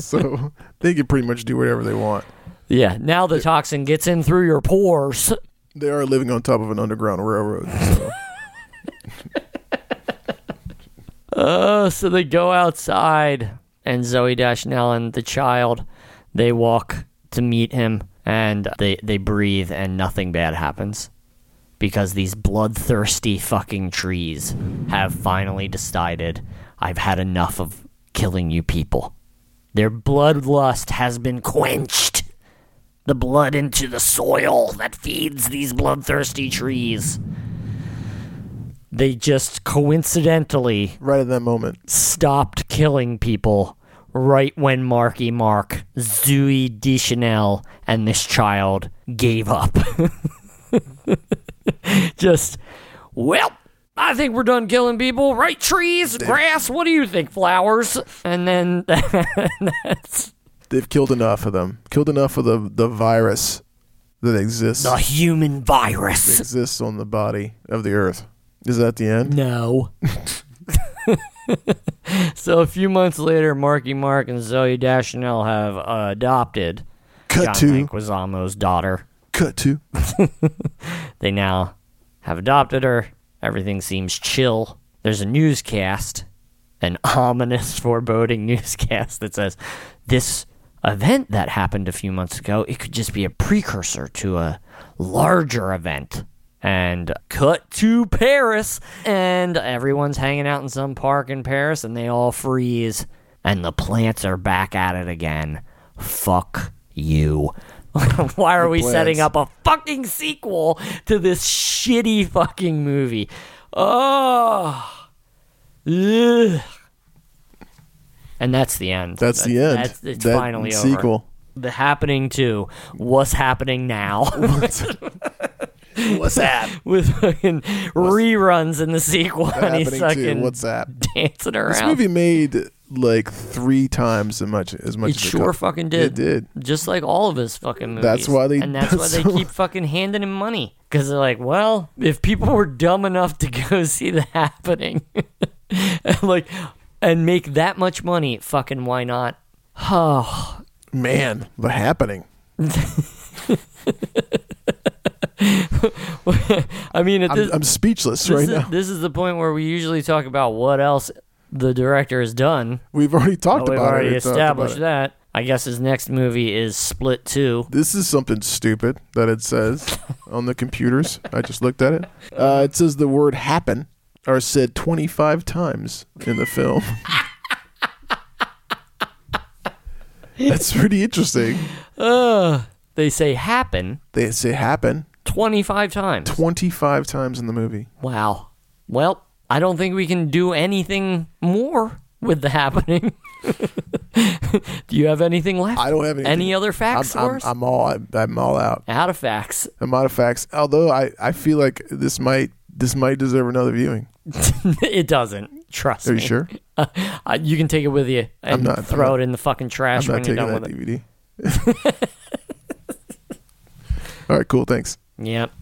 so they can pretty much do whatever they want.
Yeah, now the toxin gets in through your pores.
They are living on top of an underground railroad. So.
Uh, so they go outside, and Zoe Dashnell and the child, they walk to meet him, and they, they breathe, and nothing bad happens. Because these bloodthirsty fucking trees have finally decided I've had enough of killing you people. Their bloodlust has been quenched. The blood into the soil that feeds these bloodthirsty trees. They just coincidentally
right at that moment,
stopped killing people right when Marky Mark, Zooey Deschanel, and this child gave up. Just, well, I think we're done killing people, right? Trees, grass, what do you think? Flowers? And then that's
they've killed enough of them. Killed enough of the the virus that exists
the human virus.
exists on the body of the earth. Is that the end?
No. so a few months later, Marky Mark and Zoe Dashnell have uh, adopted
Cut
John
to-
Leguizamo's daughter.
Cut to.
They now have adopted her. Everything seems chill. There's a newscast, an ominous, foreboding newscast that says this event that happened a few months ago, it could just be a precursor to a larger event. And cut to Paris, and everyone's hanging out in some park in Paris, and they all freeze, and the plants are back at it again. Fuck you. Why are we
plants.
setting up? up a fucking sequel to this shitty fucking movie. Oh. Ugh. And that's the end.
That's the end.
That's, it's
That
finally over.
sequel.
The happening to what's happening now
What's that?
with fucking reruns in the sequel. and he's
happening to
fucking
what's that?
dancing around.
This movie made like three times as much as much.
It
as it
sure
cost.
fucking did.
It did.
Just like all of his fucking movies.
That's why they-
and that's why they keep fucking handing him money because they're like, well, if people were dumb enough to go see the happening, and like, and make that much money, fucking why not? Oh,
Man, the happening.
I mean, at
I'm,
this,
I'm speechless
this
right
is,
now.
this is the point where we usually talk about what else the director has done.
We've already talked
We've
about it.
already
We've talked about
established
it.
that. I guess his next movie is Split Two.
This is something stupid that it says on the computers. I just looked at it. Uh, it says the word happen are said 25 times in the film. That's pretty interesting.
Ugh. They say happen
They say happen
25 times.
25 times in the movie.
Wow. Well, I don't think we can do anything more with the happening. Do you have anything left?
I don't have anything.
Any other
I'm,
facts for
I'm,
us?
I'm all I'm, I'm all out.
Out of facts.
I'm out of facts. Although I, I feel like this might this might deserve another viewing.
it doesn't. Trust
Are you
me.
sure?
Uh, uh, you can take it with you and
not- I'm
throw
not-
it in the fucking trash
I'm not
when you're done
taking that
with it.
DVD. all right, cool. Thanks.
Yep.